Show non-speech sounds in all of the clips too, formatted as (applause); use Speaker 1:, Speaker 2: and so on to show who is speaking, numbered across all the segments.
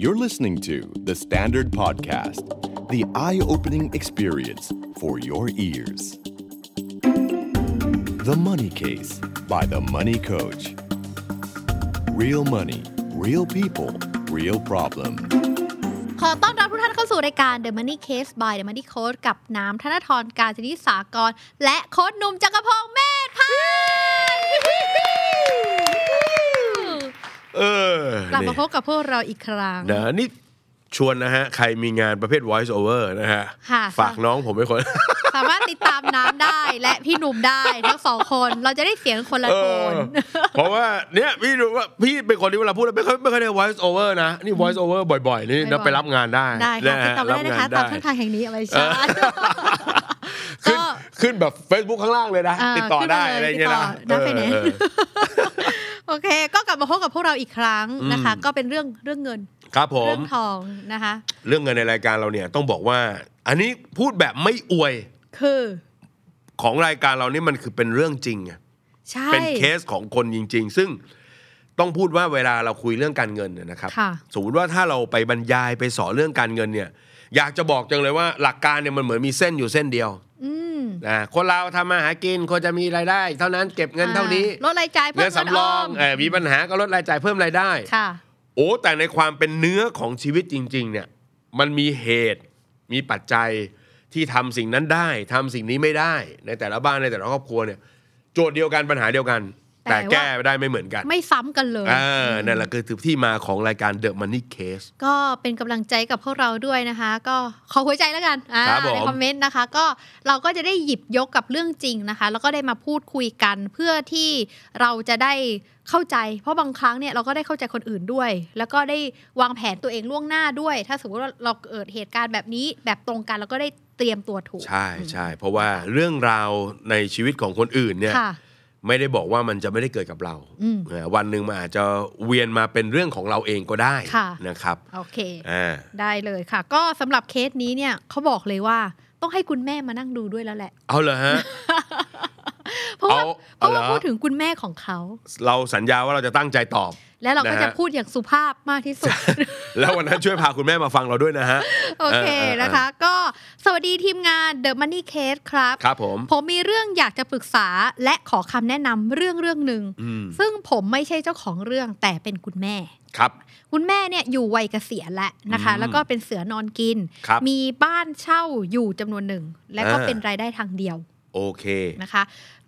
Speaker 1: You're listening to The Standard Podcast, the eye opening experience for your ears. The Money Case by The Money Coach. Real money, real people, real problem.
Speaker 2: ขอต้อนรับทุกท่านเข้าสู่รายการ The Money Case by The Money Coach กับน้ำธนทรการจนิสากร และโค้ชหนุ่มจักรพงษ์เมธพันธ์
Speaker 3: เออก
Speaker 2: ลับมา
Speaker 3: นี่
Speaker 2: พบกับพวกเราอีกครั้ง
Speaker 3: นะนี่ชวนนะฮะ ใครมีงานประเภท voice over นะฮะ
Speaker 2: ค่ะ
Speaker 3: ฝากน้องผมไปคน
Speaker 2: สามารถติดตามน้ำได้และพี่หนุ่มได้ทั้งสองคน เราจะได้เสียงคนละ
Speaker 3: เอ
Speaker 2: โท
Speaker 3: อน เพราะว่าเนี่ยพี่ดูว่าพี่เป็นคนที่เวลาพูดแล้วไม่ค่อยไม่ค่อยได้ voice over นะ นี่ voice over บ่อยๆ นี่
Speaker 2: บ่อยๆ
Speaker 3: นะไปรับงานได้
Speaker 2: ได้ค่ะ
Speaker 3: นะ
Speaker 2: ติด
Speaker 3: ฮะ
Speaker 2: ตามได้นะคะ ตามช่องทางแห่งนี้เอาไว้ใช้
Speaker 3: (laughs) ขึ้น
Speaker 2: ก็
Speaker 3: ขึ้นแบบ Facebook ข้างล่างเลยนะ
Speaker 2: เ
Speaker 3: ติดต่อได้อะไรเงี้ยนะ
Speaker 2: ขึ้นมาเลยติดต่อได้ไปไหน
Speaker 3: เออ
Speaker 2: โอเค ก็กลับมาพบกับพวกเราอีกครั้งนะคะ
Speaker 3: อืม
Speaker 2: ก็เป็นเรื่องเรื่องเงิน
Speaker 3: ครับผม
Speaker 2: เรื่องทองนะคะ
Speaker 3: เรื่องเงินในรายการเราเนี่ยต้องบอกว่า อันนี้พูดแบบไม่อวย
Speaker 2: คือ
Speaker 3: ของรายการเรานี่มันคือเป็นเรื่องจริงอะ
Speaker 2: ใช่
Speaker 3: เป็นเคสของคนจริง ๆ ซึ่งต้องพูดว่าเวลาเราคุยเรื่องการเงินเนี่ยนะครับ
Speaker 2: ค่ะ
Speaker 3: สมมติว่าถ้าเราไปบรรยายไปสอนเรื่องการเงินเนี่ย อยากจะบอกจังเลยว่าหลักการเนี่ยมันเหมือนมีเส้นอยู่เส้นเดียว
Speaker 2: อืม
Speaker 3: นะคนเราทำมาหากินควรจะมีรายได้ เท่านั้นเก็บเงินเท่านี้
Speaker 2: อ่ลดรายจ่ายเพิ่
Speaker 3: เงิ
Speaker 2: ม
Speaker 3: น
Speaker 2: เงิน
Speaker 3: สำร
Speaker 2: อ
Speaker 3: อ
Speaker 2: อง ม
Speaker 3: เออมีปัญหาก็ลดรายจ่ายเพิ่มรายได้
Speaker 2: ค่ะ
Speaker 3: โอ้แต่ในความเป็นเนื้อของชีวิตจริง ๆ เนี่ยมันมีเหตุมีปัจจัยที่ทำสิ่งนั้นได้ทำสิ่งนี้ไม่ได้ ในแต่ละบ้านในแต่ละครอบครัวเนี่ยโจทย์เดียวกันปัญหาเดียวกัน
Speaker 2: แต่
Speaker 3: แต่
Speaker 2: ว่า
Speaker 3: แก้ได้ไม่เหมือนกัน
Speaker 2: ไม่ซ้ำกันเลย
Speaker 3: เออนั่นแหละคือที่มาของรายการ The Money Case
Speaker 2: ก็เป็นกำลังใจกับพวกเราด้วยนะคะ ก็ขอหัวใจแล้วกันอ่า
Speaker 3: ครับผม
Speaker 2: ในคอมเมนต์นะคะ ก็เราก็จะได้หยิบยกกับเรื่องจริงนะคะ แล้วก็ได้มาพูดคุยกันเพื่อที่เราจะได้เข้าใจ เพราะบางครั้งเนี่ยเราก็ได้เข้าใจคนอื่นด้วย แล้วก็ได้วางแผนตัวเองล่วงหน้าด้วย ถ้าสมมติว่าเราเกิดเหตุการณ์แบบนี้แบบตรงกันเราก็ได้เตรียมตัวถูก
Speaker 3: ใช่ใช่เพราะว่าเรื่องราวในชีวิตของคนอื่นเนี่ย
Speaker 2: ค่ะ
Speaker 3: ไม่ได้บอกว่ามันจะไม่ได้เกิดกับเรา
Speaker 2: อืม
Speaker 3: เออวันหนึ่งมันอาจจะเวียนมาเป็นเรื่องของเราเองก็ได้
Speaker 2: ค่ะ
Speaker 3: นะครับ
Speaker 2: โอเค
Speaker 3: อ่า
Speaker 2: ได้เลยค่ะ ก็สำหรับเคสนี้เนี่ยเขาบอกเลยว่าต้องให้คุณแม่มานั่งดูด้วยแล้วแหละ
Speaker 3: เอาเหรอฮะ
Speaker 2: เพราะว่า
Speaker 3: เอา
Speaker 2: เพราะว่า
Speaker 3: เอาเหรอ
Speaker 2: พูดถึงคุณแม่ของเขา
Speaker 3: เราสัญญาว่าเราจะตั้งใจตอบ
Speaker 2: และเราก็
Speaker 3: นะฮะ
Speaker 2: จะพูดอย่างสุภาพมากที่
Speaker 3: (laughs)
Speaker 2: สุด
Speaker 3: แล้ววันนั้นช่วยพาคุณแม่มาฟังเราด้วยนะฮะ
Speaker 2: โอเค
Speaker 3: ออออ
Speaker 2: นะคะ ก็สวัสดีทีมงาน The Money Case ครับ
Speaker 3: ครับผม
Speaker 2: ผมมีเรื่องอยากจะปรึกษาและขอคำแนะนำเรื่องเรื่องหนึ่ง
Speaker 3: อืม
Speaker 2: ซึ่งผมไม่ใช่เจ้าของเรื่องแต่เป็นคุณแม่
Speaker 3: ครับ
Speaker 2: คุณแม่เนี่ยอยู่วัยเกษียณแล้วนะคะ
Speaker 3: อืม
Speaker 2: แล้วก็เป็นเสือนอนกิน
Speaker 3: ครับ
Speaker 2: มีบ้านเช่าอยู่จำนวนหนึ่ง และก็
Speaker 3: อ่า
Speaker 2: เป็นรายได้ทางเดียว
Speaker 3: โอเค
Speaker 2: นะคะ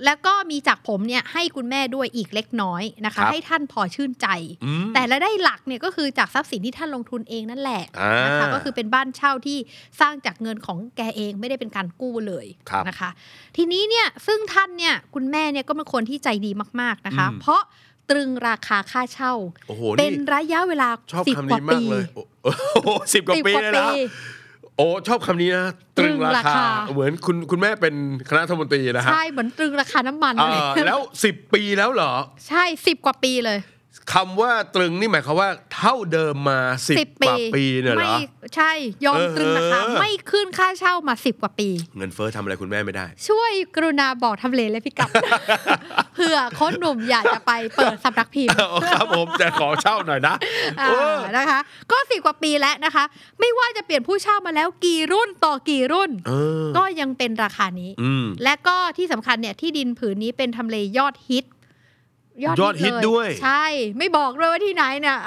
Speaker 2: แล้วก็มีจากผมเนี่ยให้คุณแม่ด้วยอีกเล็กน้อยนะคะ
Speaker 3: ครับ
Speaker 2: ให้ท่านพอชื่นใจ
Speaker 3: อืม
Speaker 2: แต่รายได้หลักเนี่ยก็คือจากทรัพย์สินที่ท่านลงทุนเองนั่นแหละ
Speaker 3: อ่าน
Speaker 2: นะคะก็คือเป็นบ้านเช่าที่สร้างจากเงินของแกเองไม่ได้เป็นการกู้เลย
Speaker 3: ครับ
Speaker 2: นะคะ ทีนี้เนี่ยซึ่งท่านเนี่ยคุณแม่เนี่ยก็เป็นคนที่ใจดีมากๆนะคะ เพราะตรึงราคาค่าเช่า
Speaker 3: โอ้โห
Speaker 2: เป็น
Speaker 3: นี่
Speaker 2: ระยะเวลา
Speaker 3: ชอบ
Speaker 2: สิบก
Speaker 3: คำ
Speaker 2: ว่า
Speaker 3: นี้มา
Speaker 2: ปี
Speaker 3: กเลยโอ้ (laughs) โหสิบกว่า
Speaker 2: สิบ
Speaker 3: ปี
Speaker 2: กว่า
Speaker 3: เลย
Speaker 2: ปี
Speaker 3: นะโอ้ชอบคำนี้นะตรึ
Speaker 2: ตรึ
Speaker 3: งรา
Speaker 2: งรา
Speaker 3: คา
Speaker 2: คา
Speaker 3: เหมือนคุณคุณแม่เป็นคณะรัฐมนตรีนะฮะ
Speaker 2: ใช่เหมือนตรึงราคาน้ำมัน
Speaker 3: เอ่
Speaker 2: เลย (laughs)
Speaker 3: อแล้วสิบปีแล้วเหรอ
Speaker 2: ใช่สิบกว่าปีเลย
Speaker 3: คำว่าตรึงนี่หมายความว่าเท่าเดิมมาสิบ
Speaker 2: สิบ
Speaker 3: กว่าปีเนี่ยเหร
Speaker 2: ไม่
Speaker 3: อ
Speaker 2: ใช่ ยอมตรึงราคา
Speaker 3: เออ
Speaker 2: ไม่ขึ้นค่าเช่ามาสิบกว่าปี
Speaker 3: เงินเฟ้อทำอะไรคุณแม่ไม่ได้ (laughs)
Speaker 2: ช่วยกรุณาบอก (laughs) ทำเลและพิกัด เผื่อโค้ชหนุ่มอยากจะไปเปิดสำนักพิมพ์
Speaker 3: ครับผมแต่ขอเช่าหน่อยนะ
Speaker 2: อ่า
Speaker 3: เออ
Speaker 2: นะคะ ก็สิบกว่าปีแล้วนะคะ ไม่ว่าจะเปลี่ยนผู้เช่ามาแล้วกี่รุ่นต่อกี่รุ่น
Speaker 3: เออ
Speaker 2: ก็ยังเป็นราคานี้
Speaker 3: อืม
Speaker 2: และก็ที่สำคัญเนี่ยที่ดินผืนนี้เป็นทำเลยอดฮิต
Speaker 3: ยอดฮิต
Speaker 2: เล
Speaker 3: ด้วย
Speaker 2: ใช่ ไม่บอกด้วยว่าที่ไหนเนี่ย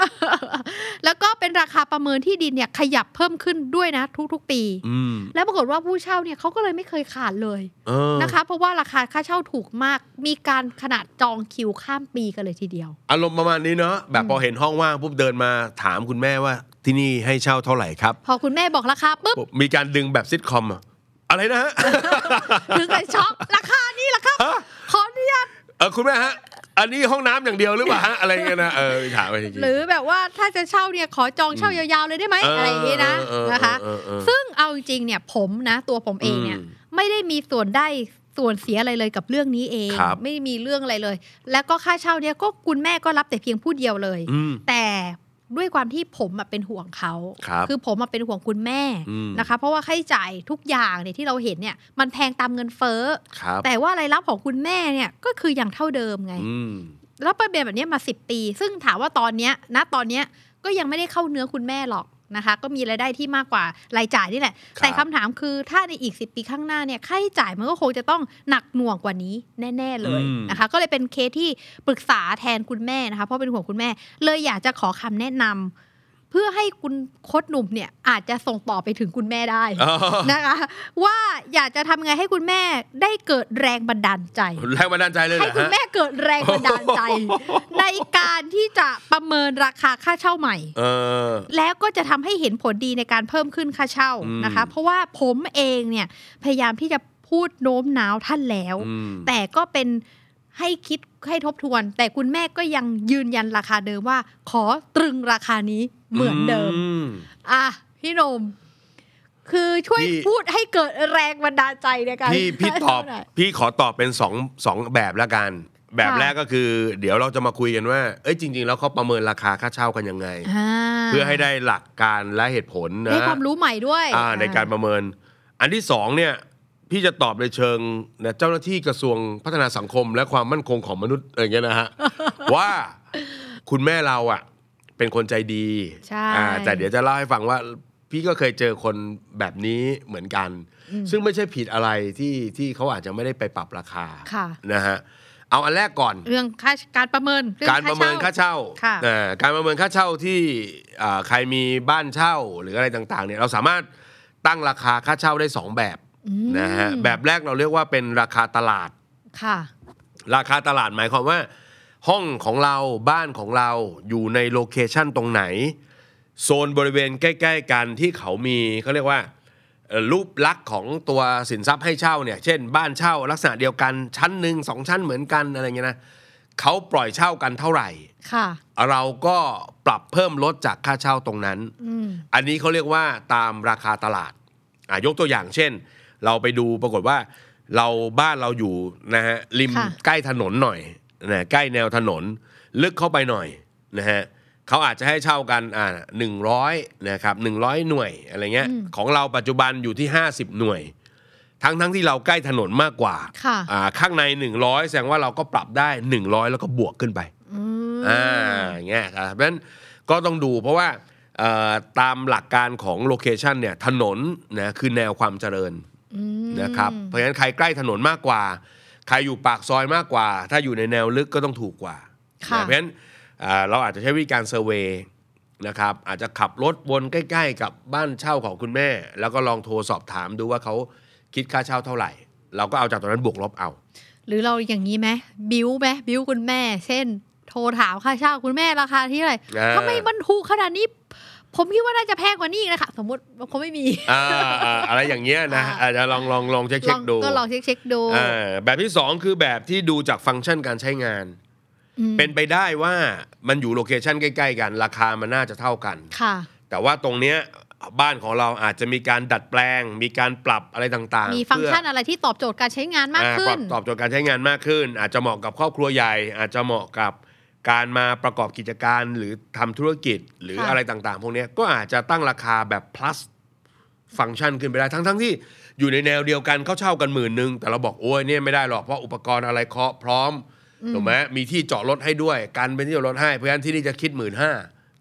Speaker 2: (laughs) แล้วก็เป็นราคาประเมินที่ดินเนี่ยขยับเพิ่มขึ้นด้วยนะ ทุกๆปี
Speaker 3: อืม
Speaker 2: แล้วปรากฏว่าผู้เช่าเนี่ยเขาก็เลยไม่เคยขาดเลย
Speaker 3: เออ
Speaker 2: นะคะ เพราะว่าราคาค่าเช่าถูกมาก มีการขนาดจองคิวข้ามปีกันเลยทีเดียว
Speaker 3: อารมณ์ประมาณนี้เนาะแบบพอเห็นห้องว่างปุ๊บเดินมาถามคุณแม่ว่าที่นี่ให้เช่าเท่าไหร่ครับ
Speaker 2: พอคุณแม่บอกราคา
Speaker 3: (laughs)
Speaker 2: ปุ๊บ
Speaker 3: ปุ๊บมีการดึงแบบซิทคอมอะอะไรนะฮะ (laughs)
Speaker 2: ถึงกับช็อกราคานี่ราคาขออนุญาต
Speaker 3: เออคุณแม่ฮะ อันนี้ห้องน้ำอย่างเดียวหรือเปล่าฮะอะไรเงี้ยนะเออถามไปจริง
Speaker 2: หรือแบบว่าถ้าจะเช่าเนี่ยขอจองเช่ายาวๆเลยได้ไหมอะไรอย่างนี้นะนะคะ
Speaker 3: ซึ่ง
Speaker 2: ซึ่งเอาจริงๆเนี่ยผมนะตัวผมเองเนี่ย
Speaker 3: อืม
Speaker 2: ไม่ได้มีส่วนได้ส่วนเสียอะไรเลยกับเรื่องนี้เอง
Speaker 3: ครับ
Speaker 2: ไม่มีเรื่องอะไรเลย แล้วก็ค่าเช่าเนี่ยก็คุณแม่ก็รับแต่เพียงผู้เดียวเลย
Speaker 3: อืม
Speaker 2: แต่ด้วยความที่ผมอะเป็นห่วงเขา
Speaker 3: ครับ
Speaker 2: อผมอะเป็นห่วงคุณแม่
Speaker 3: อืม
Speaker 2: นะคะ เพราะว่าค่าใช้จ่ายทุกอย่างเนี่ยที่เราเห็นเนี่ยมันแพงตามเงินเฟ้อ
Speaker 3: ครับ
Speaker 2: แต่ว่ารายรับของคุณแม่เนี่ยก็คืออย่างเท่าเดิมไง
Speaker 3: อืม
Speaker 2: แล้วเป็นแบบเนี้ยมา 10 ปี ซึ่งถามว่าตอนเนี้ยณตอนเนี้ย ก็ยังไม่ได้เข้าเนื้อคุณแม่หรอกนะคะ ก็มีรายได้ที่มากกว่ารายจ่ายนี่แหละ
Speaker 3: ครับ
Speaker 2: แต่คำถามคือถ้าในอีก 10 ปีข้างหน้าเนี่ยค่าใช้จ่ายมันก็คงจะต้องหนักหน่วงกว่านี้แน่ ๆเลยนะคะ ก็เลยเป็นเคสที่ปรึกษาแทนคุณแม่นะคะเพราะเป็นห่วงคุณแม่ เลยอยากจะขอคำแนะนำเพื่อให้คุณโคดหนุ่มเนี่ยอาจจะส่งต่อไปถึงคุณแม่ได้
Speaker 3: อ๋อ
Speaker 2: นะคะว่าอยากจะทำไงให้คุณแม่ได้เกิดแรงบันดาลใจ
Speaker 3: แรงบันดาลใจเลยเหร
Speaker 2: ให้
Speaker 3: อ
Speaker 2: คุณ
Speaker 3: ฮะ
Speaker 2: แม่เกิดแรงบันดาลใจ
Speaker 3: โอ้โห
Speaker 2: ในการที่จะประเมินราคาค่าเช่าใหม่
Speaker 3: เออ
Speaker 2: แล้วก็จะทำให้เห็นผลดีในการเพิ่มขึ้นค่าเช่า
Speaker 3: อืม
Speaker 2: นะคะ เพราะว่าผมเองเนี่ยพยายามที่จะพูดโน้มน้าวท่านแล้ว
Speaker 3: อืม
Speaker 2: แต่ก็เป็นให้คิดให้ทบทวน แต่คุณแม่ก็ยังยืนยันราคาเดิมว่า ขอตรึงราคานี้เหมือนเดิม อ่ะพี่หนม คือช่วย
Speaker 3: พี่
Speaker 2: พูดให้เกิดแรงบันดาลใจในการ
Speaker 3: พี่พี่ตอบ
Speaker 2: หน่ย
Speaker 3: พี่ขอตอบเป็นสองสองแบบละกัน แบบ
Speaker 2: ค่ะ
Speaker 3: แรกก็คือ เดี๋ยวเราจะมาคุยกันว่า เอ้ยจริง ๆ แล้วเขาประเมินราคาค่าเช่ากันยังไง
Speaker 2: อ่า
Speaker 3: เพื่อให้ได้หลักการและเหตุผลนะ
Speaker 2: ได้ความรู้ใหม่ด้วย
Speaker 3: อ่าในการประเมิน อันที่สองเนี่ยพี่จะตอบในเชิงนะเจ้าหน้าที่กระทรวงพัฒนาสังคม และความมั่นคงของมนุษย์อะไรเงี้ย
Speaker 2: (laughs)
Speaker 3: นะฮะ ว่าคุณแม่เราอ่ะเป็นคนใจดี
Speaker 2: ใช่
Speaker 3: อ่าแต่เดี๋ยวจะเล่าให้ฟังว่า พี่ก็เคยเจอคนแบบนี้เหมือนกัน ซึ่งไม่ใช่ผิดอะไรที่ที่เขาอาจจะไม่ได้ไปปรับราคา
Speaker 2: ค่ะ
Speaker 3: นะฮะเอาอันแรกก่อน
Speaker 2: เรื่องค่าการประเมินอง
Speaker 3: การประเมินค่าเช่า
Speaker 2: ค่ะ
Speaker 3: เอ่อการประเมินค่าเช่าที่อ่าใครมีบ้านเช่าหรืออะไรต่างๆเนี่ยเราสามารถตั้งราคาค่าเช่าได้ 2 แบบ
Speaker 2: อืม
Speaker 3: นะฮะแบบแรกเราเรียกว่าเป็นราคาตลาด
Speaker 2: ค่ะ
Speaker 3: ราคาตลาดหมายความว่า ห้องของเราบ้านของเราอยู่ในโลเคชันตรงไหน โซนบริเวณใกล้ๆกันที่เขามีเขาเรียกว่าเอ่อรูปลักษณ์ของตัวสินทรัพย์ให้เช่าเนี่ยเช่น บ้านเช่าลักษณะเดียวกันชั้นหนึ่งสองชั้นเหมือนกันอะไรเงี้ยนะเขาปล่อยเช่ากันเท่าไหร่
Speaker 2: ค่ะ
Speaker 3: เราก็ปรับเพิ่มลดจากค่าเช่าตรงนั้น
Speaker 2: อืม
Speaker 3: อันนี้เขาเรียกว่าตามราคาตลาดอ่ะยกตัวอย่างเช่น เราไปดูปรากฏว่า เราบ้านเราอยู่นะฮะริม
Speaker 2: ค่ะ
Speaker 3: ใกล้ถนนหน่อยนะใกล้แนวถนนลึกเข้าไปหน่อยนะฮะเขาอาจจะให้เช่ากันอ่าหนึ่งร้อยนะครับหนึ่งร้อยหน่วยอะไรเงี้ยของเราปัจจุบันอยู่ที่ 50 หน่วย ทั้งทั้งที่เราใกล้ถนนมากกว่า
Speaker 2: ค่ะ
Speaker 3: อ่าข้างใน 100 แสดงว่าเราก็ปรับได้ 100 แล้วก็บวกขึ้นไป
Speaker 2: อืม
Speaker 3: อ่าอย่างเงี้ยครับเพราะฉะนั้นก็ต้องดูเพราะว่าเอ่อตามหลักการของโลเคชันเนี่ยถนนนะคือแนวความเจริญ
Speaker 2: อืม
Speaker 3: นะครับเพราะฉะนั้นใครใกล้ถนนมากกว่า ใครอยู่ปากซอยมากกว่า ถ้าอยู่ในแนวลึกก็ต้องถูกกว่า
Speaker 2: ค่ะ
Speaker 3: นะเพราะฉะนั้นอ่าเราอาจจะใช้วิธีการเซอร์เวย์นะครับอาจจะขับรถวนใกล้ๆ กับบ้านเช่าของคุณแม่ แล้วก็ลองโทรสอบถามดูว่าเขาคิดค่าเช่าเท่าไหร่ เราก็เอาจากตรงนั้นบวกลบเอา
Speaker 2: หรือเราอย่างนี้ไหมบิ้วไหมบิ้วคุณแม่ เช่น โทรถามค่าเช่าคุณแม่ราคาที่เท่าไหร่
Speaker 3: อ่า
Speaker 2: ทำไมมันถูกขนาดนี้ ผมคิดว่าน่าจะแพงกว่านี้อีกนะคะ สมมติว่าเขาไม่มี
Speaker 3: อ่าอ่าอะไรอย่างเงี้ยนะ
Speaker 2: อ่า
Speaker 3: อาจจะลองลองลองเช็ค
Speaker 2: ล
Speaker 3: เช็
Speaker 2: อง
Speaker 3: คดู
Speaker 2: ก็ลองเช็คเช็คๆดู
Speaker 3: อ่าแบบที่ 2 คือแบบที่ดูจากฟังก์ชันการใช้งาน
Speaker 2: อืม
Speaker 3: เป็นไปได้ว่ามันอยู่โลเคชันใกล้ ๆ กัน ราคามันน่าจะเท่ากัน
Speaker 2: ค่ะ
Speaker 3: แต่ว่าตรงเนี้ยบ้านของเราอาจจะมีการดัดแปลง มีการปรับอะไรต่างๆ
Speaker 2: มีฟังก์ชัน
Speaker 3: เพื่อ
Speaker 2: อะไรที่ตอบโจทย์การใช้งานมาก
Speaker 3: อ่
Speaker 2: ขึ้
Speaker 3: ปรั
Speaker 2: น
Speaker 3: บตอบโจทย์การใช้งานมากขึ้น อาจจะเหมาะกับครอบครัวใหญ่ อาจจะเหมาะกับการมาประกอบกิจการหรือทำธุรกิจหรือ
Speaker 2: ค่ะ
Speaker 3: อะไรต่างๆ พวกเนี้ยก็อาจจะตั้งราคาแบบ plus ฟังก์ชันขึ้นไปได้ทั้งๆทที่อยู่ในแนวเดียวกันเขาเช่ากันหมื่นหนึ่งแต่เราบอกโอ้ยเนี่ยไม่ได้หรอกเพราะอุปกรณ์อะไรเคาะพร้อมถูกไหมมีที่จอดรถให้ด้วยการเป็นที่จอดรถให้เพราะฉะนั้นที่นี่จะคิดหมื่นห้า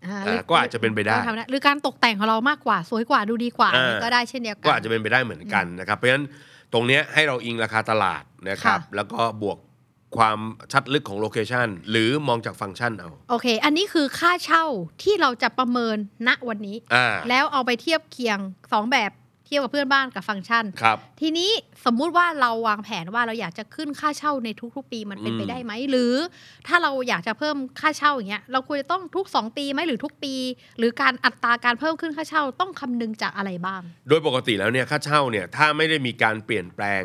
Speaker 2: อ่า
Speaker 3: อ่า
Speaker 2: หรื
Speaker 3: ก็อาจจะเป็นไปได้
Speaker 2: ก็ทำหรือการตกแต่งของเรามากกว่าสวยกว่าดูดีกว่า
Speaker 3: อ่า
Speaker 2: ก็ได้เช่นเดียวกั
Speaker 3: ก็อาจจะเป็นไปได้เหมือนกันนะครับ เพราะฉะนั้นตรงเนี้ยให้เราอิงราคาตลาดนะครับ
Speaker 2: ค่ะ
Speaker 3: แล้วก็บวกความชัดลึกของโลเคชันหรือมองจากฟังก์ชันเอา
Speaker 2: โอเค อันนี้คือค่าเช่าที่เราจะประเมินณวันนี้
Speaker 3: อ่า
Speaker 2: แล้วเอาไปเทียบเคียงสองแบบเทียบกับเพื่อนบ้านกับฟังก์ชัน
Speaker 3: ครับ
Speaker 2: ทีนี้สมมุติว่าเราวางแผนว่าเราอยากจะขึ้นค่าเช่าในทุกๆ ปีมันเป็นไป
Speaker 3: อืม
Speaker 2: ได้ไหมหรือ ถ้าเราอยากจะเพิ่มค่าเช่าอย่างเงี้ยเราควรจะต้องทุกสองปีไหมหรือทุกปี หรือการอัตราการเพิ่มขึ้นค่าเช่าต้องคำนึงจากอะไรบ้าง
Speaker 3: โดยปกติแล้วเนี่ยค่าเช่าเนี่ยถ้าไม่ได้มีการเปลี่ยนแปลง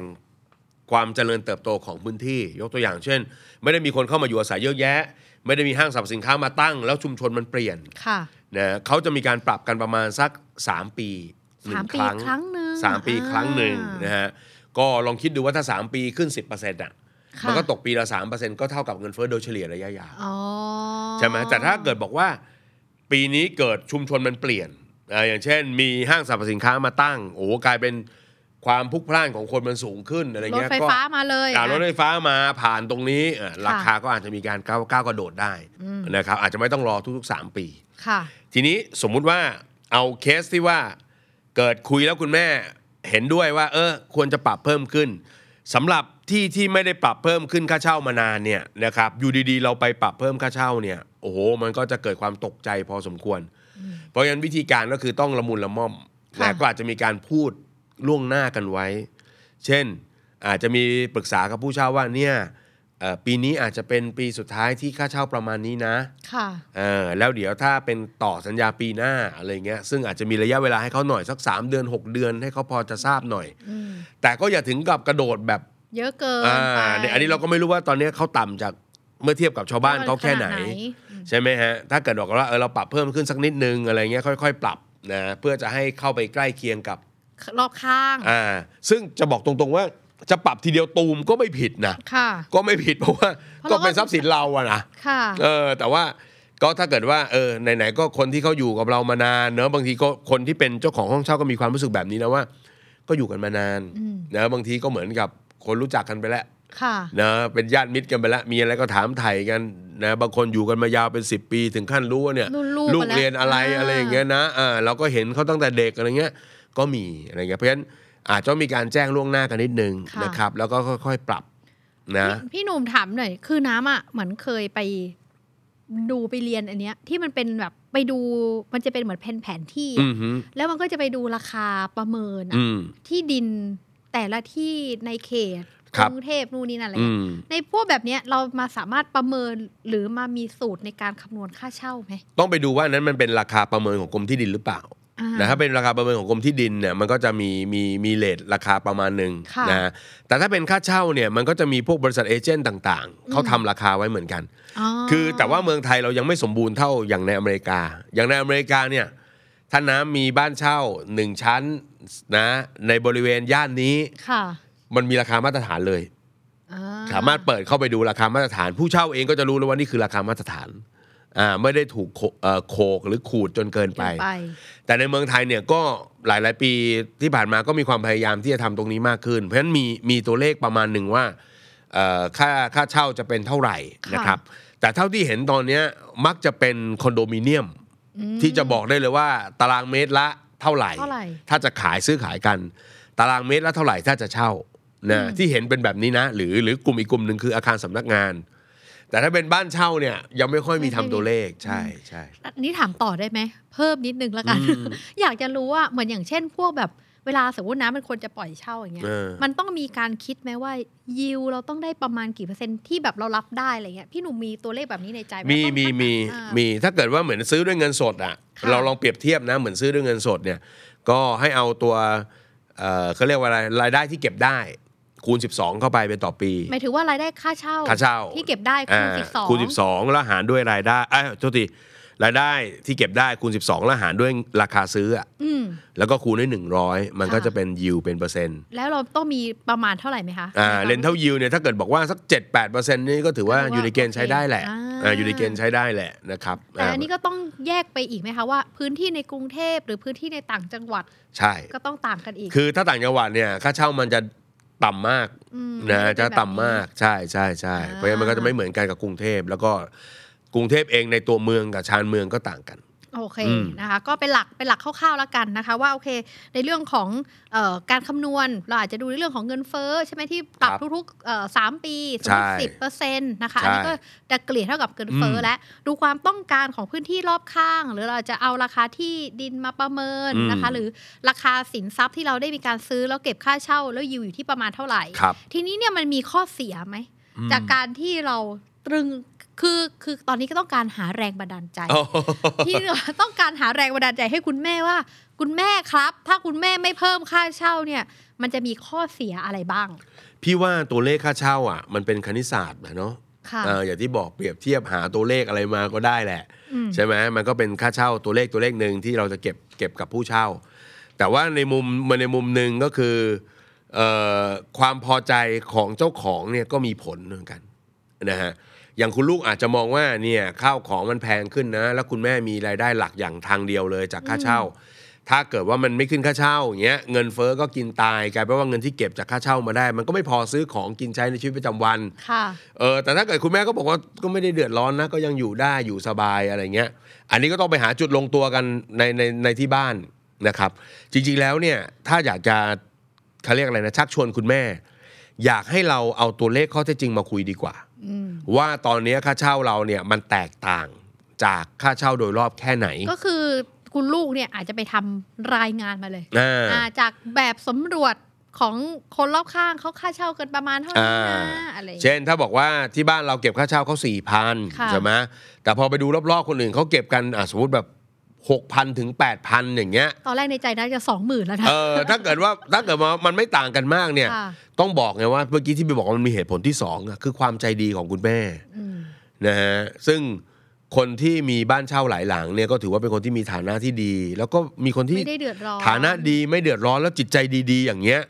Speaker 3: ความเจริญเติบโตของพื้นที่ ยกตัวอย่างเช่น ไม่ได้มีคนเข้ามาอยู่อาศัยเยอะแยะ ไม่ได้มีห้างสรรพสินค้ามาตั้ง แล้วชุมชนมันเปลี่ยน
Speaker 2: ค่ะ
Speaker 3: นะเขาจะมีการปรับกันประมาณสัก 3 ปีหนึ่
Speaker 2: สาม
Speaker 3: ง
Speaker 2: ปีครั้งหนึ่ง
Speaker 3: สามปีครั้งหนึ่ง
Speaker 2: อ่า
Speaker 3: นะฮะก็ลองคิดดูว่าถ้า 3 ปีขึ้น 10%อ่ะ
Speaker 2: ค่ะ
Speaker 3: มันก็ตกปีละ 3%ก็เท่ากับเงินเฟ้อโดยเฉลี่ยระยะยาว
Speaker 2: อ๋อ
Speaker 3: ใช่ไหมแต่ถ้าเกิดบอกว่าปีนี้เกิดชุมชนมันเปลี่ยนอ่าอย่างเช่น มีห้างสรรพสินค้ามาตั้ง โอ้โหกลายเป็นความพลุกพล่านของคนมันสูงขึ้นอะไร
Speaker 2: รถ
Speaker 3: เงี้ย
Speaker 2: ไฟ
Speaker 3: ก็
Speaker 2: ฟ้ามาเลย
Speaker 3: อ่ารถไฟ
Speaker 2: นะ
Speaker 3: ฟ้ามาผ่านตรงนี้อ่ะ
Speaker 2: ค่ะ
Speaker 3: ราคาก็อาจจะมีการก้าวก้าวกระโดดได้
Speaker 2: อืม
Speaker 3: นะครับอาจจะไม่ต้องรอทุกๆ 3 ปี
Speaker 2: ค่ะ
Speaker 3: ทีนี้สมมุติว่าเอาเคสที่ว่าเกิดคุยแล้วคุณแม่เห็นด้วยว่า เออ ควรจะปรับเพิ่มขึ้นสำหรับที่ที่ไม่ได้ปรับเพิ่มขึ้นค่าเช่ามานานเนี่ยนะครับอยู่ดีๆ เราไปปรับเพิ่มค่าเช่าเนี่ยโอ้โหมันก็จะเกิดความตกใจพอสมควร เพราะฉะนั้นวิธีการก็คือต้องละมุนละม่อม
Speaker 2: ค่ะ
Speaker 3: แต่ก็อาจจะมีการพูดล่วงหน้ากันไว้ เช่นอาจจะมีปรึกษากับผู้เช่าว่าเนี่ยเอ่อปีนี้อาจจะเป็นปีสุดท้ายที่ค่าเช่าประมาณนี้นะ
Speaker 2: ค่ะ
Speaker 3: เออแล้วเดี๋ยวถ้าเป็นต่อสัญญาปีหน้าอะไรเงี้ยซึ่งอาจจะมีระยะเวลาให้เขาหน่อยสัก 3 เดือน 6 เดือนให้เขาพอจะทราบหน่อย
Speaker 2: อืม
Speaker 3: แต่ก็อย่าถึงกับกระโดดแบบ
Speaker 2: เยอะเกิน
Speaker 3: อ่า
Speaker 2: ไป
Speaker 3: เนี่ยอันนี้เราก็ไม่รู้ว่าตอนเนี้ยเขาต่ำจากเมื่อเทียบกับชาวบ้านเขาแค่ไหน
Speaker 2: ขด
Speaker 3: ใช่ไหมฮะ ถ้าเกิดบอกว่าเออเราปรับเพิ่มขึ้นสักนิดนึงอะไรเงี้ยค่อยๆ ปรับนะเพื่อจะให้เข้าไปใกล้เคียงกับ
Speaker 2: รอบข้าง
Speaker 3: อ่าซึ่งจะบอกตรงๆว่าจะปรับทีเดียวตูมก็ไม่ผิดนะ
Speaker 2: ค่ะ
Speaker 3: ก็ไม่ผิดเพราะว่า
Speaker 2: เพราะ
Speaker 3: ก็
Speaker 2: เราก็
Speaker 3: เป็นทรัพย์สินเราอะนะ
Speaker 2: ค่ะ
Speaker 3: เออแต่ว่าก็ถ้าเกิดว่าเออไหนๆก็คนที่เขาอยู่กับเรามานานเนอะบางทีก็คนที่เป็นเจ้าของห้องเช่าก็มีความรู้สึกแบบนี้นะว่า ก็อยู่กันมานาน
Speaker 2: อืม
Speaker 3: นะบางทีก็เหมือนกับคนรู้จักกันไปแล้ว
Speaker 2: ค่ะ
Speaker 3: นะเป็นญาติมิตรกันไปแล้ว มีอะไรก็ถามไถ่กันนะบางคนอยู่กันมายาวเป็น 10 ปี ถึงขั้นรู้ว่าเนี่ย
Speaker 2: รุ่นลูก
Speaker 3: ก
Speaker 2: มาแล้ว
Speaker 3: เรียนอะไร
Speaker 2: อ่า
Speaker 3: อะไรอย่างเงี้ยนะอ่าเราก็เห็นเขาตั้งแต่เด็กอะไรเงี้ยก็มีอะไรเงี้ยเพราะฉะนั้นอาจจะต้องมีการแจ้งล่วงหน้ากันนิดนึงนะครับแล้วก็ค่อย ๆปรับนะ
Speaker 2: พี่พี่หนุ่มถามหน่อย คือน้ำอ่ะเหมือนเคยไปดูไปเรียนอันเนี้ย ที่มันเป็นแบบไปดูมันจะเป็นเหมือนแผนแผนที่อะ
Speaker 3: อืมฮึ
Speaker 2: แล้วมันก็จะไปดูราคาประเมินอะ
Speaker 3: อืม
Speaker 2: ที่ดินแต่ละที่ในเขต
Speaker 3: ครับ
Speaker 2: กรุงเทพนู่นนี่นั่นอะไร
Speaker 3: อื
Speaker 2: เงี้ย
Speaker 3: ม
Speaker 2: ในพวกแบบเนี้ยเรามาสามารถประเมินหรือมามีสูตรในการคำนวณค่าเช่าไหม
Speaker 3: ต้องไปดูว่านั้นมันเป็นราคาประเมินของกรมที่ดินหรือเปล่า
Speaker 2: อ่า
Speaker 3: นะถ้าเป็นราคาประเมินของกรมที่ดินเนี่ยมันก็จะมีมีมีเลทราคาประมาณหนึ่ง
Speaker 2: ค่ะ
Speaker 3: นะฮะแต่ถ้าเป็นค่าเช่าเนี่ยมันก็จะมีพวกบริษัทเอเจนต์ต่างๆเขา
Speaker 2: อืม
Speaker 3: ทำราคาไว้เหมือนกัน
Speaker 2: คื
Speaker 3: คือแต่ว่าเมืองไทยเรายังไม่สมบูรณ์เท่าอย่างในอเมริกา อย่างในอเมริกาเนี่ยถ้าน้ำมีบ้านเช่าหนึ่งชั้นนะในบริเวณย่านนี้
Speaker 2: ค่ะ
Speaker 3: มันมีราคามาตรฐานเลย
Speaker 2: อ่
Speaker 3: สามารถเปิดเข้าไปดูราคามาตรฐาน ผู้เช่าเองก็จะรู้แล้วว่านี่คือราคามาตรฐานอ่าไม่ได้ถูกโคเอ่อโขกหรือขูดจนเกินไป
Speaker 2: เกินไป
Speaker 3: แต่ในเมืองไทยเนี่ยก็หลาย ๆ ปีที่ผ่านมาก็มีความพยายามที่จะทำตรงนี้มากขึ้น เพราะฉะนั้นมีมีตัวเลขประมาณหนึ่งว่าเอ่อค่าค่าเช่าจะเป็นเท่าไหร่
Speaker 2: ค่ะ
Speaker 3: นะครับ แต่เท่าที่เห็นตอนเนี้ยมักจะเป็นคอนโดมิเนียม
Speaker 2: อืม
Speaker 3: ที่จะบอกได้เลยว่าตารางเมตรละเท่าไหร่
Speaker 2: เท่าไหร่
Speaker 3: ถ้าจะขายซื้อขายกัน ตารางเมตรละเท่าไหร่ถ้าจะเช่านะ
Speaker 2: อืม
Speaker 3: ที่เห็นเป็นแบบนี้นะ หรือหรือกลุ่มอีกกลุ่มหนึ่งคืออาคารสำนักงาน แต่ถ้าเป็นบ้านเช่าเนี่ยยังไม่ค่อยมีทำตัวเลขใช่ใช่
Speaker 2: อันนี้ถามต่อได้ไหม เพิ่มนิดนึงละกัน
Speaker 3: อืม
Speaker 2: (laughs) อยากจะรู้ว่าเหมือนอย่างเช่น พวกแบบเวลาสมมตินะมันควรจะปล่อยเช่าอย่างเงี้ย
Speaker 3: เออ
Speaker 2: มันต้องมีการคิดไหมว่ายิวเราต้องได้ประมาณกี่เปอร์เซ็นต์ที่แบบเรารับได้อะไรเงี้ยพี่หนุ่มมีตัวเลขแบบนี้ในใจไห
Speaker 3: มี
Speaker 2: ต้อง
Speaker 3: มีมี
Speaker 2: อ่า
Speaker 3: มีถ้าเกิดว่าเหมือนซื้อด้วยเงินสดอ่ะ
Speaker 2: ค่ะ
Speaker 3: เราลองเปรียบเทียบนะเหมือนซื้อด้วยเงินสดเนี่ยก็ให้เอาตัวเอ่อเขาเรียกว่าอะไรรายได้ที่เก็บได้ คูณ 12 เข้าไปเป็นต่อปี
Speaker 2: หมายถึงว่ารายได้ค่าเช่า
Speaker 3: ค่าเช่า
Speaker 2: ที่เก็บได้คูณ
Speaker 3: า
Speaker 2: สิบสอง
Speaker 3: คูณ 12 แล้วหารด้วยรายได้เอ้ยโทษทีรายได้ที่เก็บได้คูณ 12 แล้วหารด้วยราคาซื้ออะ
Speaker 2: อืม
Speaker 3: แล้วก็คูณด้วย100 มันก็
Speaker 2: ค่ะ
Speaker 3: จะเป็นยิวเป็นเปอร์เซ็นต์
Speaker 2: แล้วเราต้องมีประมาณเท่าไหร่ไหมคะ
Speaker 3: อ่า
Speaker 2: ใ
Speaker 3: เลนเท่ายิวเนี่ยถ้าเกิดบอกว่าสัก 7-8%นี่ก็ถือว่า
Speaker 2: ก็ถือว่า
Speaker 3: อยู่ในเกณฑ์ใช้ได้แหละ
Speaker 2: โอเคอ่า
Speaker 3: อ่าอยู่ในเกณฑ์ใช้ได้แหละนะครับ
Speaker 2: แต่อันนี้
Speaker 3: อ่า
Speaker 2: ก็ต้องแยกไปอีกไหมคะว่า พื้นที่ในกรุงเทพหรือพื้นที่ในต่างจังหวัด
Speaker 3: ใช่
Speaker 2: ก็ต้องต่างกันอีก
Speaker 3: คือถ้าต่างจังหวัดเนี่ยค่าเช่ามันจะต่ำมาก
Speaker 2: ม
Speaker 3: นะ
Speaker 2: มัเป็
Speaker 3: จะ
Speaker 2: แบบ
Speaker 3: ต่ำ
Speaker 2: นี้
Speaker 3: มากใช่ใช่ใช่
Speaker 2: อ่า
Speaker 3: เพราะฉะนั้นมันก็จะไม่เหมือนกันกับกรุงเทพแล้วก็กรุงเทพเองในตัวเมืองกับชานเมืองก็ต่างกัน
Speaker 2: โอเค
Speaker 3: อืม
Speaker 2: นะคะก็เป็นหลักเป็นหลักคร่าวๆแล้วกันนะคะ ว่าโอเค ในเรื่องของเออการคำนวณ เราอาจจะดูในเรื่องของเงินเฟ้อใช่ไหมที่ปรับ
Speaker 3: ครับ
Speaker 2: ทุกๆเอ่อสามปีสมมติ
Speaker 3: ใช่
Speaker 2: สิบเปอร์เซ็นต์นะคะอั
Speaker 3: ใช่
Speaker 2: นนี้ก็จะเกลี่ยเท่ากับเงินเฟ้ออ
Speaker 3: ม
Speaker 2: และดูความต้องการของพื้นที่รอบข้าง หรือเราจะเอาราคาที่ดินมาประเมินนะคะ
Speaker 3: อืม
Speaker 2: หรือราคาสินทรัพย์ที่เราได้มีการซื้อแล้วเก็บค่าเช่า แล้วยิวอยู่ที่ประมาณเท่าไหร่
Speaker 3: ครับ
Speaker 2: ทีนี้เนี่ยมันมีข้อเสียไหมจากการที่เราตรึงคือคือตอนนี้ก็ต้องการหาแรงบันดาลใจ
Speaker 3: โอ้
Speaker 2: ที่ต้องการหาแรงบันดาลใจให้คุณแม่ว่า คุณแม่ครับ ถ้าคุณแม่ไม่เพิ่มค่าเช่าเนี่ย มันจะมีข้อเสียอะไรบ้าง
Speaker 3: พี่ว่าตัวเลขค่าเช่าอ่ะ มันเป็นคณิตศาสตร์นะเนาะ
Speaker 2: ค่ะ
Speaker 3: เอออย่างที่บอกเปรียบเทียบหาตัวเลขอะไรมาก็ได้แหละ
Speaker 2: ม
Speaker 3: ใช่ไหมมันก็เป็นค่าเช่าตัวเลขตัวเลขหนึ่งที่เราจะเก็บเก็บกับผู้เช่า แต่ว่าในมุมมันในมุมหนึ่งก็คือเออความพอใจของเจ้าของเนี่ยก็มีผลเหมือนกันนะฮะอย่างคุณลูกอาจจะมองว่าเนี่ยข้าวของมันแพงขึ้นนะ แล้วคุณแม่มีรายได้หลักอย่างทางเดียวเลยจากค่าเช่า ถ้าเกิดว่ามันไม่ขึ้นค่าเช่าอย่างเงี้ยเงินเฟ้อก็กินตายกลายเป็นว่าเงินที่เก็บจากค่าเช่ามาได้ มันก็ไม่พอซื้อของกินใช้ในชีวิตประจำวัน
Speaker 2: ค่ะ
Speaker 3: เออแต่ถ้าเกิดคุณแม่ก็บอกว่าก็ไม่ได้เดือดร้อนนะ ก็ยังอยู่ได้อยู่สบายอะไรเงี้ย อันนี้ก็ต้องไปหาจุดลงตัวกันในในในที่บ้านนะครับ จริงๆแล้วเนี่ยถ้าอยากจะเขาเรียกอะไรนะชักชวนคุณแม่ อยากให้เราเอาตัวเลขข้อเท็จจริงมาคุยดีกว่า
Speaker 2: อืม
Speaker 3: ว่าตอนนี้ค่าเช่าเราเนี่ยมันแตกต่างจากค่าเช่าโดยรอบแค่ไหน
Speaker 2: ก็คือคุณลูกเนี่ยอาจจะไปทำรายงานมาเลย
Speaker 3: อ่า
Speaker 2: อ่าจากแบบสำรวจของคนรอบข้างเขาค่าเช่าเกินประมาณเท่านี้
Speaker 3: อ่า
Speaker 2: นะอะไรอย่างเงี้ย
Speaker 3: เช่นถ้าบอกว่าที่บ้านเราเก็บค่าเช่าเขาสี่พัน
Speaker 2: ค่ะ
Speaker 3: ใช่ไหมแต่พอไปดูรอบๆคนอื่นเขาเก็บกันอ่ะสมมติแบบหกพันถึงแปดพันอย่างเงี้ย
Speaker 2: ตอนแรกในใจน่าจะสองหมื่นแล้วนะ
Speaker 3: เออถ้าเกิดว่าถ้าเกิดว่ามันไม่ต่างกันมากเนี่ย
Speaker 2: ค่ะ
Speaker 3: ต้องบอกไงว่าเมื่อกี้ที่ไปบอกว่ามันมีเหตุผลที่สองอะคือความใจดีของคุณแม่
Speaker 2: ม
Speaker 3: นะฮะซึ่งคนที่มีบ้านเช่าหลายหลังเนี่ยก็ถือว่าเป็นคนที่มีฐานะที่ดี แล้วก็มีคนที่
Speaker 2: ไม่ได้เดือดร้อน
Speaker 3: ฐานะดีไม่เดือดร้อนแล้วจิตใจดีๆ อย่างเงี้ย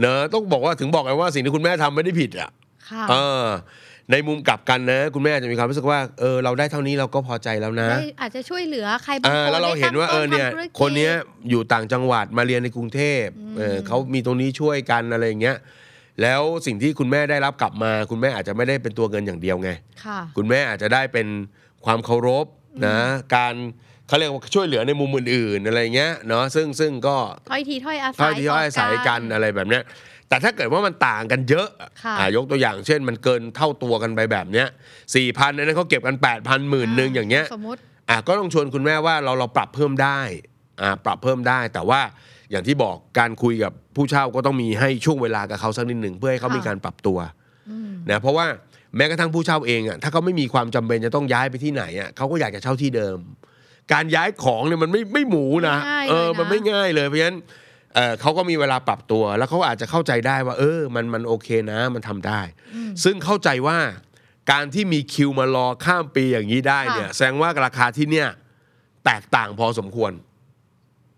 Speaker 3: เนอะต้องบอกว่าถึงบอกไงว่าสิ่งที่คุณแม่ทำไม่ได้ผิดอ่ะ
Speaker 2: ค่ะ
Speaker 3: เออ ในมุมกลับกันนะ คุณแม่อาจจะมีความรู้สึกว่าเออเราได้เท่านี้เราก็พอใจแล้วนะ
Speaker 2: ได้อาจจะช่วยเหลือใครบาง
Speaker 3: อ่า
Speaker 2: คน
Speaker 3: แล้วเราเห็นว่าเอ
Speaker 2: ได้
Speaker 3: อ
Speaker 2: ตั้งต้
Speaker 3: เนี่ย
Speaker 2: ทำธุรกิจ
Speaker 3: คนเนี้ยอยู่ต่างจังหวัดมาเรียนในกรุงเทพเออเขามีตรงนี้ช่วยกันอะไรอย่างเงี้ยแล้วสิ่งที่คุณแม่ได้รับกลับมา คุณแม่อาจจะไม่ได้เป็นตัวเงินอย่างเดียวไง
Speaker 2: ค่ะ
Speaker 3: คุณแม่อาจจะได้เป็นความเคารพนะการเขาเรียกว่าช่วยเหลือในมุมอื่นๆอะไรอย่างเงี้ยเนาะซึ่งซึ่งก็
Speaker 2: ถ้อยทีถ้อยอาศัย
Speaker 3: เท่าที่
Speaker 2: ต่
Speaker 3: เขา
Speaker 2: อ
Speaker 3: อาศัยกันอะไรแบบเนี้ยแต่ถ้าเกิดว่ามันต่างกันเยอะ
Speaker 2: ค่ะ
Speaker 3: อ่ะยกตัวอย่างเช่น มันเกินเท่าตัวกันไปแบบเนี้ยสี่พันนั้นเขาเก็บกันแปดพันหมื่นหนึ่งอย่างเงี้ย
Speaker 2: สมมติ
Speaker 3: อ่ะก็ต้องชวนคุณแม่ว่าเราเราปรับเพิ่มได้อ่าปรับเพิ่มได้ แต่ว่าอย่างที่บอกการคุยกับผู้เช่าก็ต้องมีให้ช่วงเวลากับเขาสักนิดหนึ่งเพื่อให้เขา
Speaker 2: ค่ะ
Speaker 3: มีการปรับตัว
Speaker 2: อืม
Speaker 3: นะเพราะว่าแม้กระทั่งผู้เช่าเองอ่ะถ้าเขาไม่มีความจำเป็นจะต้องย้ายไปที่ไหนอ่ะเขาก็อยากจะเช่าที่เดิม การย้ายของเนี่ยมันไม่ไม่หมูนะ
Speaker 2: ง่ายๆ
Speaker 3: เออ
Speaker 2: ลยะ
Speaker 3: มันไม่ง่ายเลยเพราะฉะนั้นเอ่อเขาก็มีเวลาปรับตัวแล้วเขาอาจจะเข้าใจได้ว่า เออมันมันโอเคนะมันทำได้
Speaker 2: อืม
Speaker 3: ซึ่งเข้าใจว่าการที่มีคิวมารอข้ามปีอย่างนี้ได้เนี่ย
Speaker 2: ค่ะ
Speaker 3: แสดงว่าราคาที่เนี่ยแตกต่างพอสมควร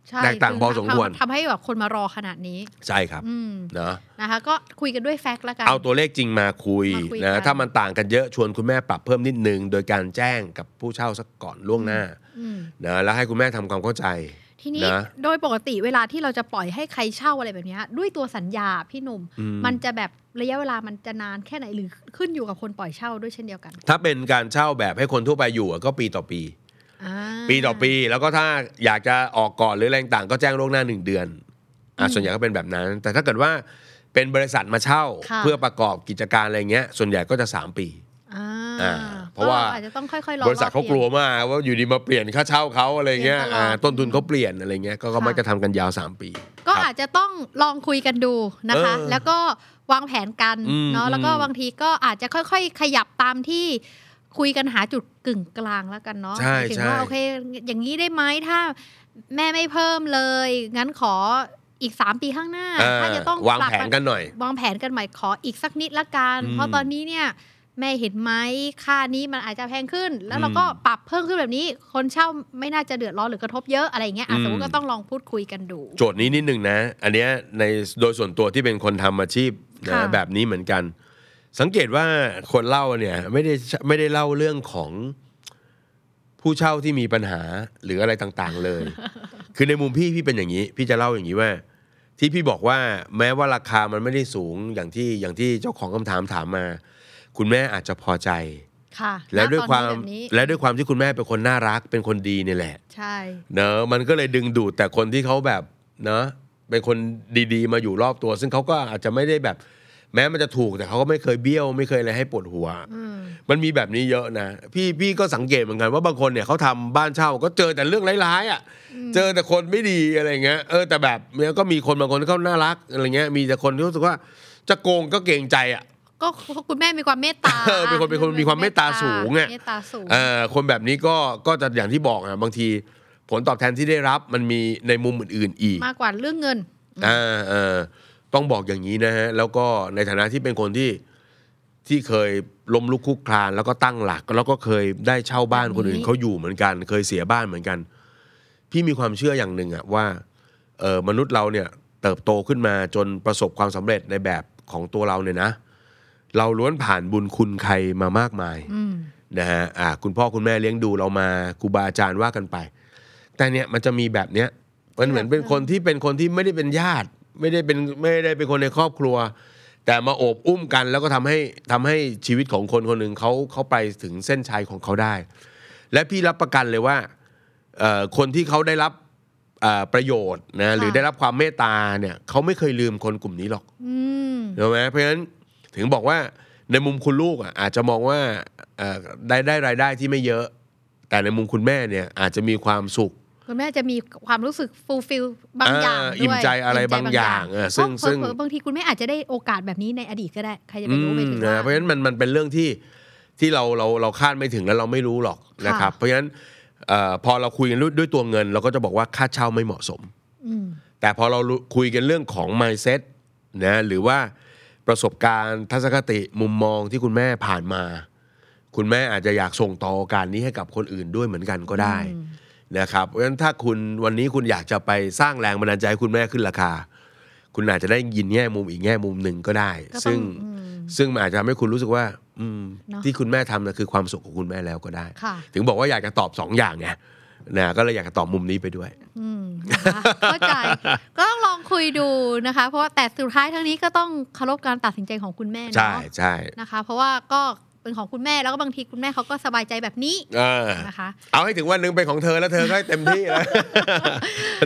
Speaker 2: ใช่
Speaker 3: แตกต่างพอสมควร
Speaker 2: ทำทำให้แบบคนมารอขนาดนี้
Speaker 3: ใช่ครับ
Speaker 2: อืม
Speaker 3: นะ
Speaker 2: นะคะ ก็คุยกันด้วยแฟกต์ละกัน
Speaker 3: เอาตัวเลขจริงมาคุย
Speaker 2: มาคุยกั
Speaker 3: นะ
Speaker 2: น
Speaker 3: ถ้ามันต่างกันเยอะชวนคุณแม่ปรับเพิ่มนิดนึง โดยการแจ้งกับผู้เช่าสักก่อนล่วงหน้า
Speaker 2: อืม
Speaker 3: นะแล้วให้คุณแม่ทำความเข้าใจ
Speaker 2: ทีนี้
Speaker 3: นะ
Speaker 2: โดยปกติเวลาที่เราจะปล่อยให้ใครเช่าอะไรแบบเนี้ยด้วยตัวสัญญาพี่หนุ่ม
Speaker 3: อืม
Speaker 2: มันจะแบบระยะเวลามันจะนานแค่ไหนหรือขึ้นอยู่กับคนปล่อยเช่าด้วยเช่นเดียวกัน
Speaker 3: ถ้าเป็นการเช่าแบบให้คนทั่วไปอยู่อะก็ปีต่อปี
Speaker 2: อ่า
Speaker 3: ปีต่อปีแล้วก็ถ้าอยากจะออกก่อนหรืออะไรต่างๆก็แจ้งล่วงหน้าหนึ่งเดือนอ่ะส่วนใหญ่ก็เป็นแบบนั้น แต่ถ้าเกิดว่าเป็นบริษัทมาเช่า เพื่อประกอบกิจการอะไรเงี้ย ส่วนใหญ่ก็จะ 3 ปี
Speaker 2: อ่า
Speaker 3: อ่าเพราะว่า
Speaker 2: ก็อาจจะต้องค่อยๆรอ
Speaker 3: บริษัทเขากลัวมากว่าอยู่ดีมาเปลี่ยนค่าเช่าเขาอะไรเงี้ย
Speaker 2: เปลี่ยนตลอด
Speaker 3: อ่าต้นทุนเขาเปลี่ยนอะไรเงี้ยก็ก็มักจะทำกันยาว 3 ปี
Speaker 2: ก็
Speaker 3: ครับ
Speaker 2: อาจจะต้องลองคุยกันดูนะคะ
Speaker 3: เออ
Speaker 2: แล้วก็วางแผนกัน
Speaker 3: อืม
Speaker 2: เนาะ แล้วก็
Speaker 3: อืม
Speaker 2: บางทีก็อาจจะค่อยๆ ขยับตามที่คุยกันหาจุดกึ่งกลางแล้วกันเนาะห
Speaker 3: ใช่
Speaker 2: มายถึง
Speaker 3: ใช่
Speaker 2: ว่าโอเค อย่างนี้ได้ไหมถ้าแม่ไม่เพิ่มเลย งั้นขออีก 3 ปีข้างหน้า
Speaker 3: อ่า
Speaker 2: ถ้าจะต้อง
Speaker 3: วาง
Speaker 2: ปรับ
Speaker 3: แผนกันหน่อย
Speaker 2: วางแผนกันใหม่ขออีกสักนิดละกัน
Speaker 3: อืม
Speaker 2: เพราะตอนนี้เนี่ยแม่เห็นไหมค่านี้มันอาจจะแพงขึ้น แล้วเรา
Speaker 3: อืม
Speaker 2: ก็ปรับเพิ่มขึ้นแบบนี้ คนเช่าไม่น่าจะเดือดร้อนหรือกระทบเยอะอะไรอย่างเงี้ยอ่ะสมม
Speaker 3: อื
Speaker 2: ติ
Speaker 3: ม
Speaker 2: ก็ต้องลองพูดคุยกันดู
Speaker 3: โจทย์นี้นิดหนึ่งนะ อันเนี้ยในโดยส่วนตัวที่เป็นคนทำอาชีพนะ
Speaker 2: ค่ะ
Speaker 3: แบบนี้เหมือนกัน สังเกตว่าคนเล่าเนี่ยไม่ได้ไม่ได้เล่าเรื่องของผู้เช่าที่มีปัญหาหรืออะไรต่างๆเลย
Speaker 2: (laughs)
Speaker 3: คือในมุมพี่พี่เป็นอย่างนี้ พี่จะเล่าอย่างนี้ว่า ที่พี่บอกว่าแม้ว่าราคามันไม่ได้สูงอย่างที่อย่างที่เจ้าของคำถามถามมา คุณแม่อาจจะพอใจ
Speaker 2: ค่ะ
Speaker 3: และด้วย
Speaker 2: ณ
Speaker 3: ความ
Speaker 2: ตอนนี้แบบนี้
Speaker 3: และด้วยความที่คุณแม่เป็นคนน่ารัก เป็นคนดีเนี่ยแหละ
Speaker 2: ใช่
Speaker 3: เนอะมันก็เลยดึงดูดแต่คนที่เขาแบบเนอะเป็นคนดีๆ มาอยู่รอบตัว ซึ่งเขาก็อาจจะไม่ได้แบบ แม้มันจะถูกแต่เขาก็ไม่เคยเบี้ยว ไม่เคยอะไรให้ปวดหัว
Speaker 2: อืม
Speaker 3: มันมีแบบนี้เยอะนะ พี่พี่ก็สังเกตเหมือนกันว่าบางคนเนี่ยเขาทำบ้านเช่าก็เจอแต่เรื่องร้ายๆอ่ะเจอแต่คนไม่ดีอะไรเงี้ยเออแต่แบบเนี้ยก็มีคนบางคนที่เขาน่ารักอะไรเงี้ยมีแต่คนที่รู้สึกว่าจะโกงก็เกรงใจอ่ะ
Speaker 2: ก็คุณแม่มีความเมตตา
Speaker 3: เออเป็นคนเป็นคนมีความเมตตาสูงอะ
Speaker 2: เมตตาสูง
Speaker 3: เอ่อคนแบบนี้ก็ก็จะอย่างที่บอกอ่ะบางทีผลตอบแทนที่ได้รับมันมีในมุมอื่นๆอีก
Speaker 2: มากกว่าเรื่องเงิน
Speaker 3: อ่าเออต้องบอกอย่างนี้นะฮะ แล้วก็ในฐานะที่เป็นคนที่ที่เคยล้มลุกคลุกคลาน แล้วก็ตั้งหลัก แล้วก็เคยได้เช่าบ้าน
Speaker 2: แบบนี้
Speaker 3: คนอื่นเขาอยู่เหมือนกัน เคยเสียบ้านเหมือนกัน พี่มีความเชื่ออย่างหนึ่งอะว่าเออมนุษย์เราเนี่ยเติบโตขึ้นมาจนประสบความสำเร็จในแบบของตัวเราเนี่ยนะ เราล้วนผ่านบุญคุณใครมามากมาย
Speaker 2: อืม
Speaker 3: นะฮะอ่าคุณพ่อคุณแม่เลี้ยงดูเรามาครูบาอาจารย์ว่ากันไป แต่เนี่ยมันจะมีแบบเนี้ย มันเหมือนเป็นคนที่เป็นคนที่ไม่ได้เป็นญาติ ไม่ได้เป็นไม่ได้เป็นคนในครอบครัว แต่มาโอบอุ้มกันแล้วก็ทำให้ทำให้ชีวิตของคนคนหนึ่งเขาเขาไปถึงเส้นชัยของเขาได้ และพี่รับประกันเลยว่าเอ่อคนที่เขาได้รับเอ่อประโยชน์นะหรือ
Speaker 2: ค่ะ
Speaker 3: ได้รับความเมตตาเนี่ยเขาไม่เคยลืมคนกลุ่มนี้หรอก
Speaker 2: อืม
Speaker 3: ถูกไหมเพราะฉะนั้นถึงบอกว่าในมุมคุณลูกอ่ะอาจจะมองว่าเอ่อได้ได้รายได้ที่ไม่เยอะ แต่ในมุมคุณแม่เนี่ยอาจจะมีความสุข
Speaker 2: คุณแม่จะมีความรู้สึกฟูลฟิลบางอย่าง
Speaker 3: อ่า
Speaker 2: ด้วย
Speaker 3: อิ่มใจอะไรบางอย่างเออซึ่ง
Speaker 2: เพราะ
Speaker 3: ซึ่ง
Speaker 2: เผลอๆบางทีคุณแม่อาจจะได้โอกาสแบบนี้ในอดีตก็ได้ ใครจะไป
Speaker 3: อื
Speaker 2: รู้
Speaker 3: ม
Speaker 2: ไปถึง
Speaker 3: นะ
Speaker 2: ว่า
Speaker 3: เพราะฉะนั้นมันมันเป็นเรื่องที่ที่เราเราเราคาดไม่ถึงและเราไม่รู้หรอกนะครับ
Speaker 2: ค่ะ
Speaker 3: เพราะฉะนั้นเอ่อพอเราคุยกันด้วยด้วยตัวเงิน เราก็จะบอกว่าค่าเช่าไม่เหมาะสม
Speaker 2: อืม
Speaker 3: แต่พอเรารู้คุยกันเรื่องของ mindset นะหรือว่าประสบการณ์ทัศนคติมุมมองที่คุณแม่ผ่านมา คุณแม่อาจจะอยากส่งต่อโอการนี้ให้กับคนอื่นด้วยเหมือนกันก็ได้
Speaker 2: อืม
Speaker 3: นะครับเพราะฉะนั้นถ้าคุณวันนี้คุณอยากจะไปสร้างแรงบันดาลใจให้คุณแม่ขึ้นราคา คุณอาจจะได้ยินแง่มุมอีกแง่มุมหนึ่งก็ได้
Speaker 2: ก็ต้อ
Speaker 3: ซึ่ง
Speaker 2: อืม
Speaker 3: ซึ่งมันอาจจะทำให้คุณรู้สึกว่า อืม
Speaker 2: เนอะ
Speaker 3: ที่คุณแม่ทำนะคือความสุขของคุณแม่แล้วก็ได้
Speaker 2: ค่ะ
Speaker 3: ถึงบอกว่าอยากจะตอบสองอย่างไงนะก็เลยอยากจะตอบมุมนี้ไปด้วย
Speaker 2: อืมนะคะเข้า
Speaker 3: (laughs)
Speaker 2: ใจ ก็ต้องลองคุยดูนะคะ เพราะว่าแต่สุดท้ายทั้งนี้ก็ต้องเคารพการตัดสินใจของคุณแม่เน
Speaker 3: ใช่
Speaker 2: อะ
Speaker 3: ใช่
Speaker 2: นะคะ เพราะว่าก็เป็นของคุณแม่แล้วก็บางทีคุณแม่เขาก็สบายใจแบบนี้
Speaker 3: เออ
Speaker 2: นะคะ
Speaker 3: เอาให้ถึงวันหนึ่งเป็นของเธอแล้วเธอก็ให้เต็ม (laughs) ที่นะ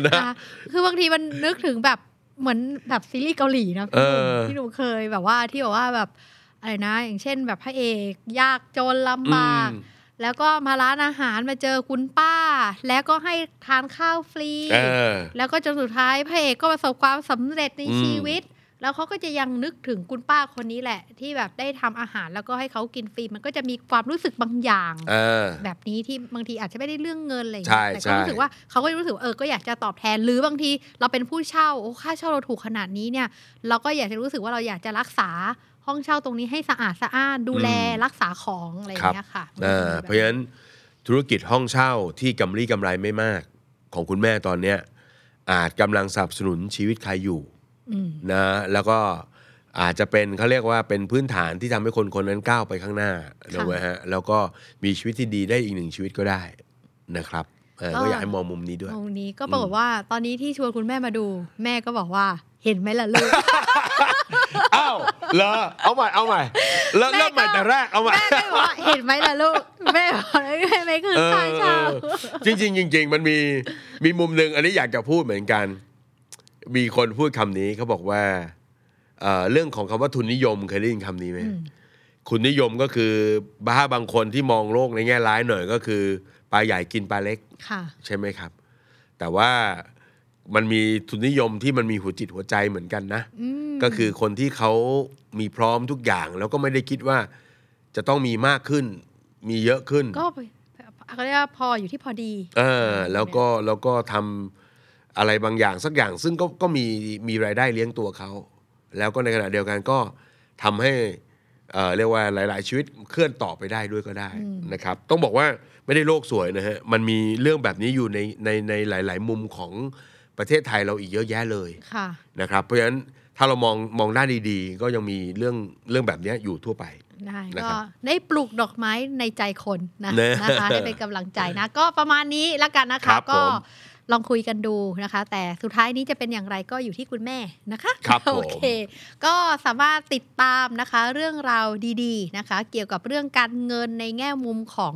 Speaker 3: นะ
Speaker 2: อ่ะคือบางทีมันนึกถึงแบบเหมือนแบบซีรีส์เกาหลีนะ
Speaker 3: เอ
Speaker 2: พี่หนุ่
Speaker 3: อ
Speaker 2: มที่หนูเคยแบบว่าที่แบบว่าแบบอะไรนะ อย่างเช่นแบบพระเอกยากจนลำบาก
Speaker 3: อืม
Speaker 2: แล้วก็มาร้านอาหารมาเจอคุณป้า แล้วก็ให้ทานข้าวฟรี
Speaker 3: เออ
Speaker 2: แล้วก็จนสุดท้ายพระเอกก็ประสบความสำเร็จใน
Speaker 3: อืม
Speaker 2: ชีวิต แล้วเขาก็จะยังนึกถึงคุณป้าคนนี้แหละ ที่แบบได้ทำอาหารแล้วก็ให้เขากินฟรีมันก็จะมีความรู้สึกบางอย่าง
Speaker 3: เออ
Speaker 2: แบบนี้ที่บางทีอาจจะไม่ได้เรื่องเงินอะไรอย่าง
Speaker 3: ใช่
Speaker 2: เงี้ยแต่
Speaker 3: ใช่
Speaker 2: ก็รู้สึกว่าเขาก็รู้สึกว่าเออก็อยากจะตอบแทนหรือบางทีเราเป็นผู้เช่าโอ้ค่าเช่าเราถูกขนาดนี้เนี่ย เราก็อยากจะรู้สึกว่าเราอยากจะรักษาห้องเช่าตรงนี้ให้สะอาดสะอ้านดูแลรักษาของอะไรอย่างเงี้ยค่ะ
Speaker 3: เออเพราะฉะนั้นธุรกิจห้องเช่าที่กำไรกำไรไม่มากของคุณแม่ตอนเนี้ยอาจกำลังสนับสนุนชีวิตใครอยู่
Speaker 2: อืม
Speaker 3: นะแล้วก็อาจจะเป็นเขาเรียกว่าเป็นพื้นฐานที่ทำให้คนคนนั้นก้าวไปข้างหน้าถูกไหมฮะแล้วก็มีชีวิตที่ดีได้อีกหนึ่งชีวิตก็ได้นะครับเออก็อยากให้มองมุมนี้ด้วย
Speaker 2: ตรงนี้ก็ปรากฏว่าตอนนี้ที่ชวนคุณแม่มาดู แม่ก็บอกว่าเห็นไหมล่ะลูก (laughs)
Speaker 3: อ้าวเหรอเอาใหม่เอาใหม่เริ่มเริ่มใหม่แต่แรกเอาใหม่
Speaker 2: แม่ไม่บอกว่าเห็นไหมล่ะลูกแม่บอกว่าแม่ไม่คือค่าเช่า
Speaker 3: เออจริงจริงๆจริง ๆ มันมีมีมุมหนึ่งอันนี้อยากจะพูดเหมือนกัน มีคนพูดคำนี้เขาบอกว่าเอ่อเรื่องของคำว่าทุนนิยมเคยได้ยินคำนี้ไหม
Speaker 2: อืม
Speaker 3: คุณนิยมก็คือบ้าบางคนที่มองโลกในแง่ร้ายหน่อยก็คือปลาใหญ่กินปลาเล็ก
Speaker 2: ค่ะ
Speaker 3: ใช่ไหมครับ แต่ว่ามันมีทุนนิยมที่มันมีหัวจิตหัวใจเหมือนกันนะ
Speaker 2: อืม
Speaker 3: ก็คือคนที่เขามีพร้อมทุกอย่าง แล้วก็ไม่ได้คิดว่าจะต้องมีมากขึ้น มีเยอะขึ้น
Speaker 2: ก็ไปเขาเรียกว่าพออยู่ที่พอดี
Speaker 3: เออแล้วก็แล้วก็ทำอะไรบางอย่างสักอย่าง ซึ่งก็ก็มีมีรายได้เลี้ยงตัวเขา แล้วก็ในขณะเดียวกันก็ทำให้เอ่อเรียกว่าหลาย ๆ ชีวิตเคลื่อนต่อไปได้ด้วยก็ได้นะครับ ต้องบอกว่าไม่ได้โลกสวยนะฮะมันมีเรื่องแบบนี้อยู่ในในในหลาย ๆ มุมของประเทศไทยเราอีกเยอะแยะเลย
Speaker 2: ค่ะ
Speaker 3: นะครับ เพราะฉะนั้นถ้าเรามองมองด้านดี ๆ ก็ยังมีเรื่องเรื่องแบบเนี้ยอยู่ทั่วไป
Speaker 2: ได้
Speaker 3: นะค
Speaker 2: ก็
Speaker 3: รับ
Speaker 2: ได้ปลูกดอกไม้ในใจคนนะ
Speaker 3: เนอะ
Speaker 2: นะคะได้เป็นกำลังใจ
Speaker 3: (laughs)
Speaker 2: นะ ก็ประมาณนี้ละกันนะ
Speaker 3: ค
Speaker 2: คะ
Speaker 3: รับ
Speaker 2: ก็
Speaker 3: ผม
Speaker 2: ลองคุยกันดูนะคะ แต่สุดท้ายนี้จะเป็นอย่างไรก็อยู่ที่คุณแม่นะคะ
Speaker 3: ครับผม
Speaker 2: โอเค ก็สามารถติดตามนะคะ เรื่องราวดีๆนะคะ เกี่ยวกับเรื่องการเงินในแง่มุมของ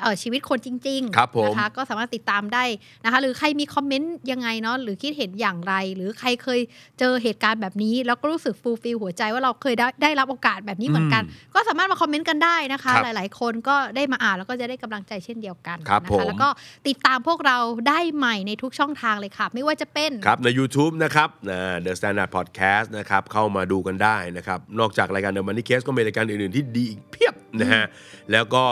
Speaker 2: เออชีวิตคนจริง
Speaker 3: ครับผม
Speaker 2: นะคะ ก็สามารถติดตามได้นะคะ หรือใครมีคอมเมนต์ยังไงเนาะหรือคิดเห็นอย่างไร หรือใครเคยเจอเหตุการณ์แบบนี้ แล้วก็รู้สึกฟูลฟิลหัวใจว่าเราเคยได้ได้รับโอกาสแบบนี้เหมือนกัน
Speaker 3: อืม
Speaker 2: ก็สามารถมาคอมเมนต์กันได้นะคะ
Speaker 3: ครับ
Speaker 2: หลาย ๆ คนก็ได้มาอ่านแล้วก็จะได้กำลังใจเช่นเดียวกัน
Speaker 3: ครับ
Speaker 2: นะ
Speaker 3: ผม
Speaker 2: คะแล้วก็ติดตามพวกเราได้ใหม่ในทุกช่องทางเลยค่ะ ไม่ว่าจะเป็น
Speaker 3: ครับใน YouTube นะครับนะ The Standard Podcast นะครับเข้ามาดูกันได้นะครับ นอกจากรายการ The Money Case ก็มีรายการอื่น ๆ ที่ดีอีกเพียบนะฮะแล้วก็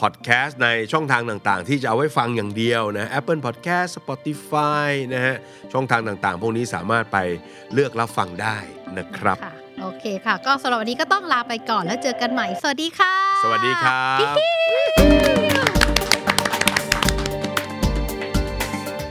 Speaker 3: พอดแคสต์ในช่องทางต่างๆ ที่จะเอาไว้ฟังอย่างเดียวนะ Apple Podcast Spotify นะฮะช่องทางต่างๆ พวกนี้สามารถไปเลือกรับฟังได้นะครับ
Speaker 2: ค่ะ โอเคค่ะ ก็สำหรับวันนี้ก็ต้องลาไปก่อนแล้วเจอกันใหม่ สวัสดีค่ะ
Speaker 3: สวัสดีครับ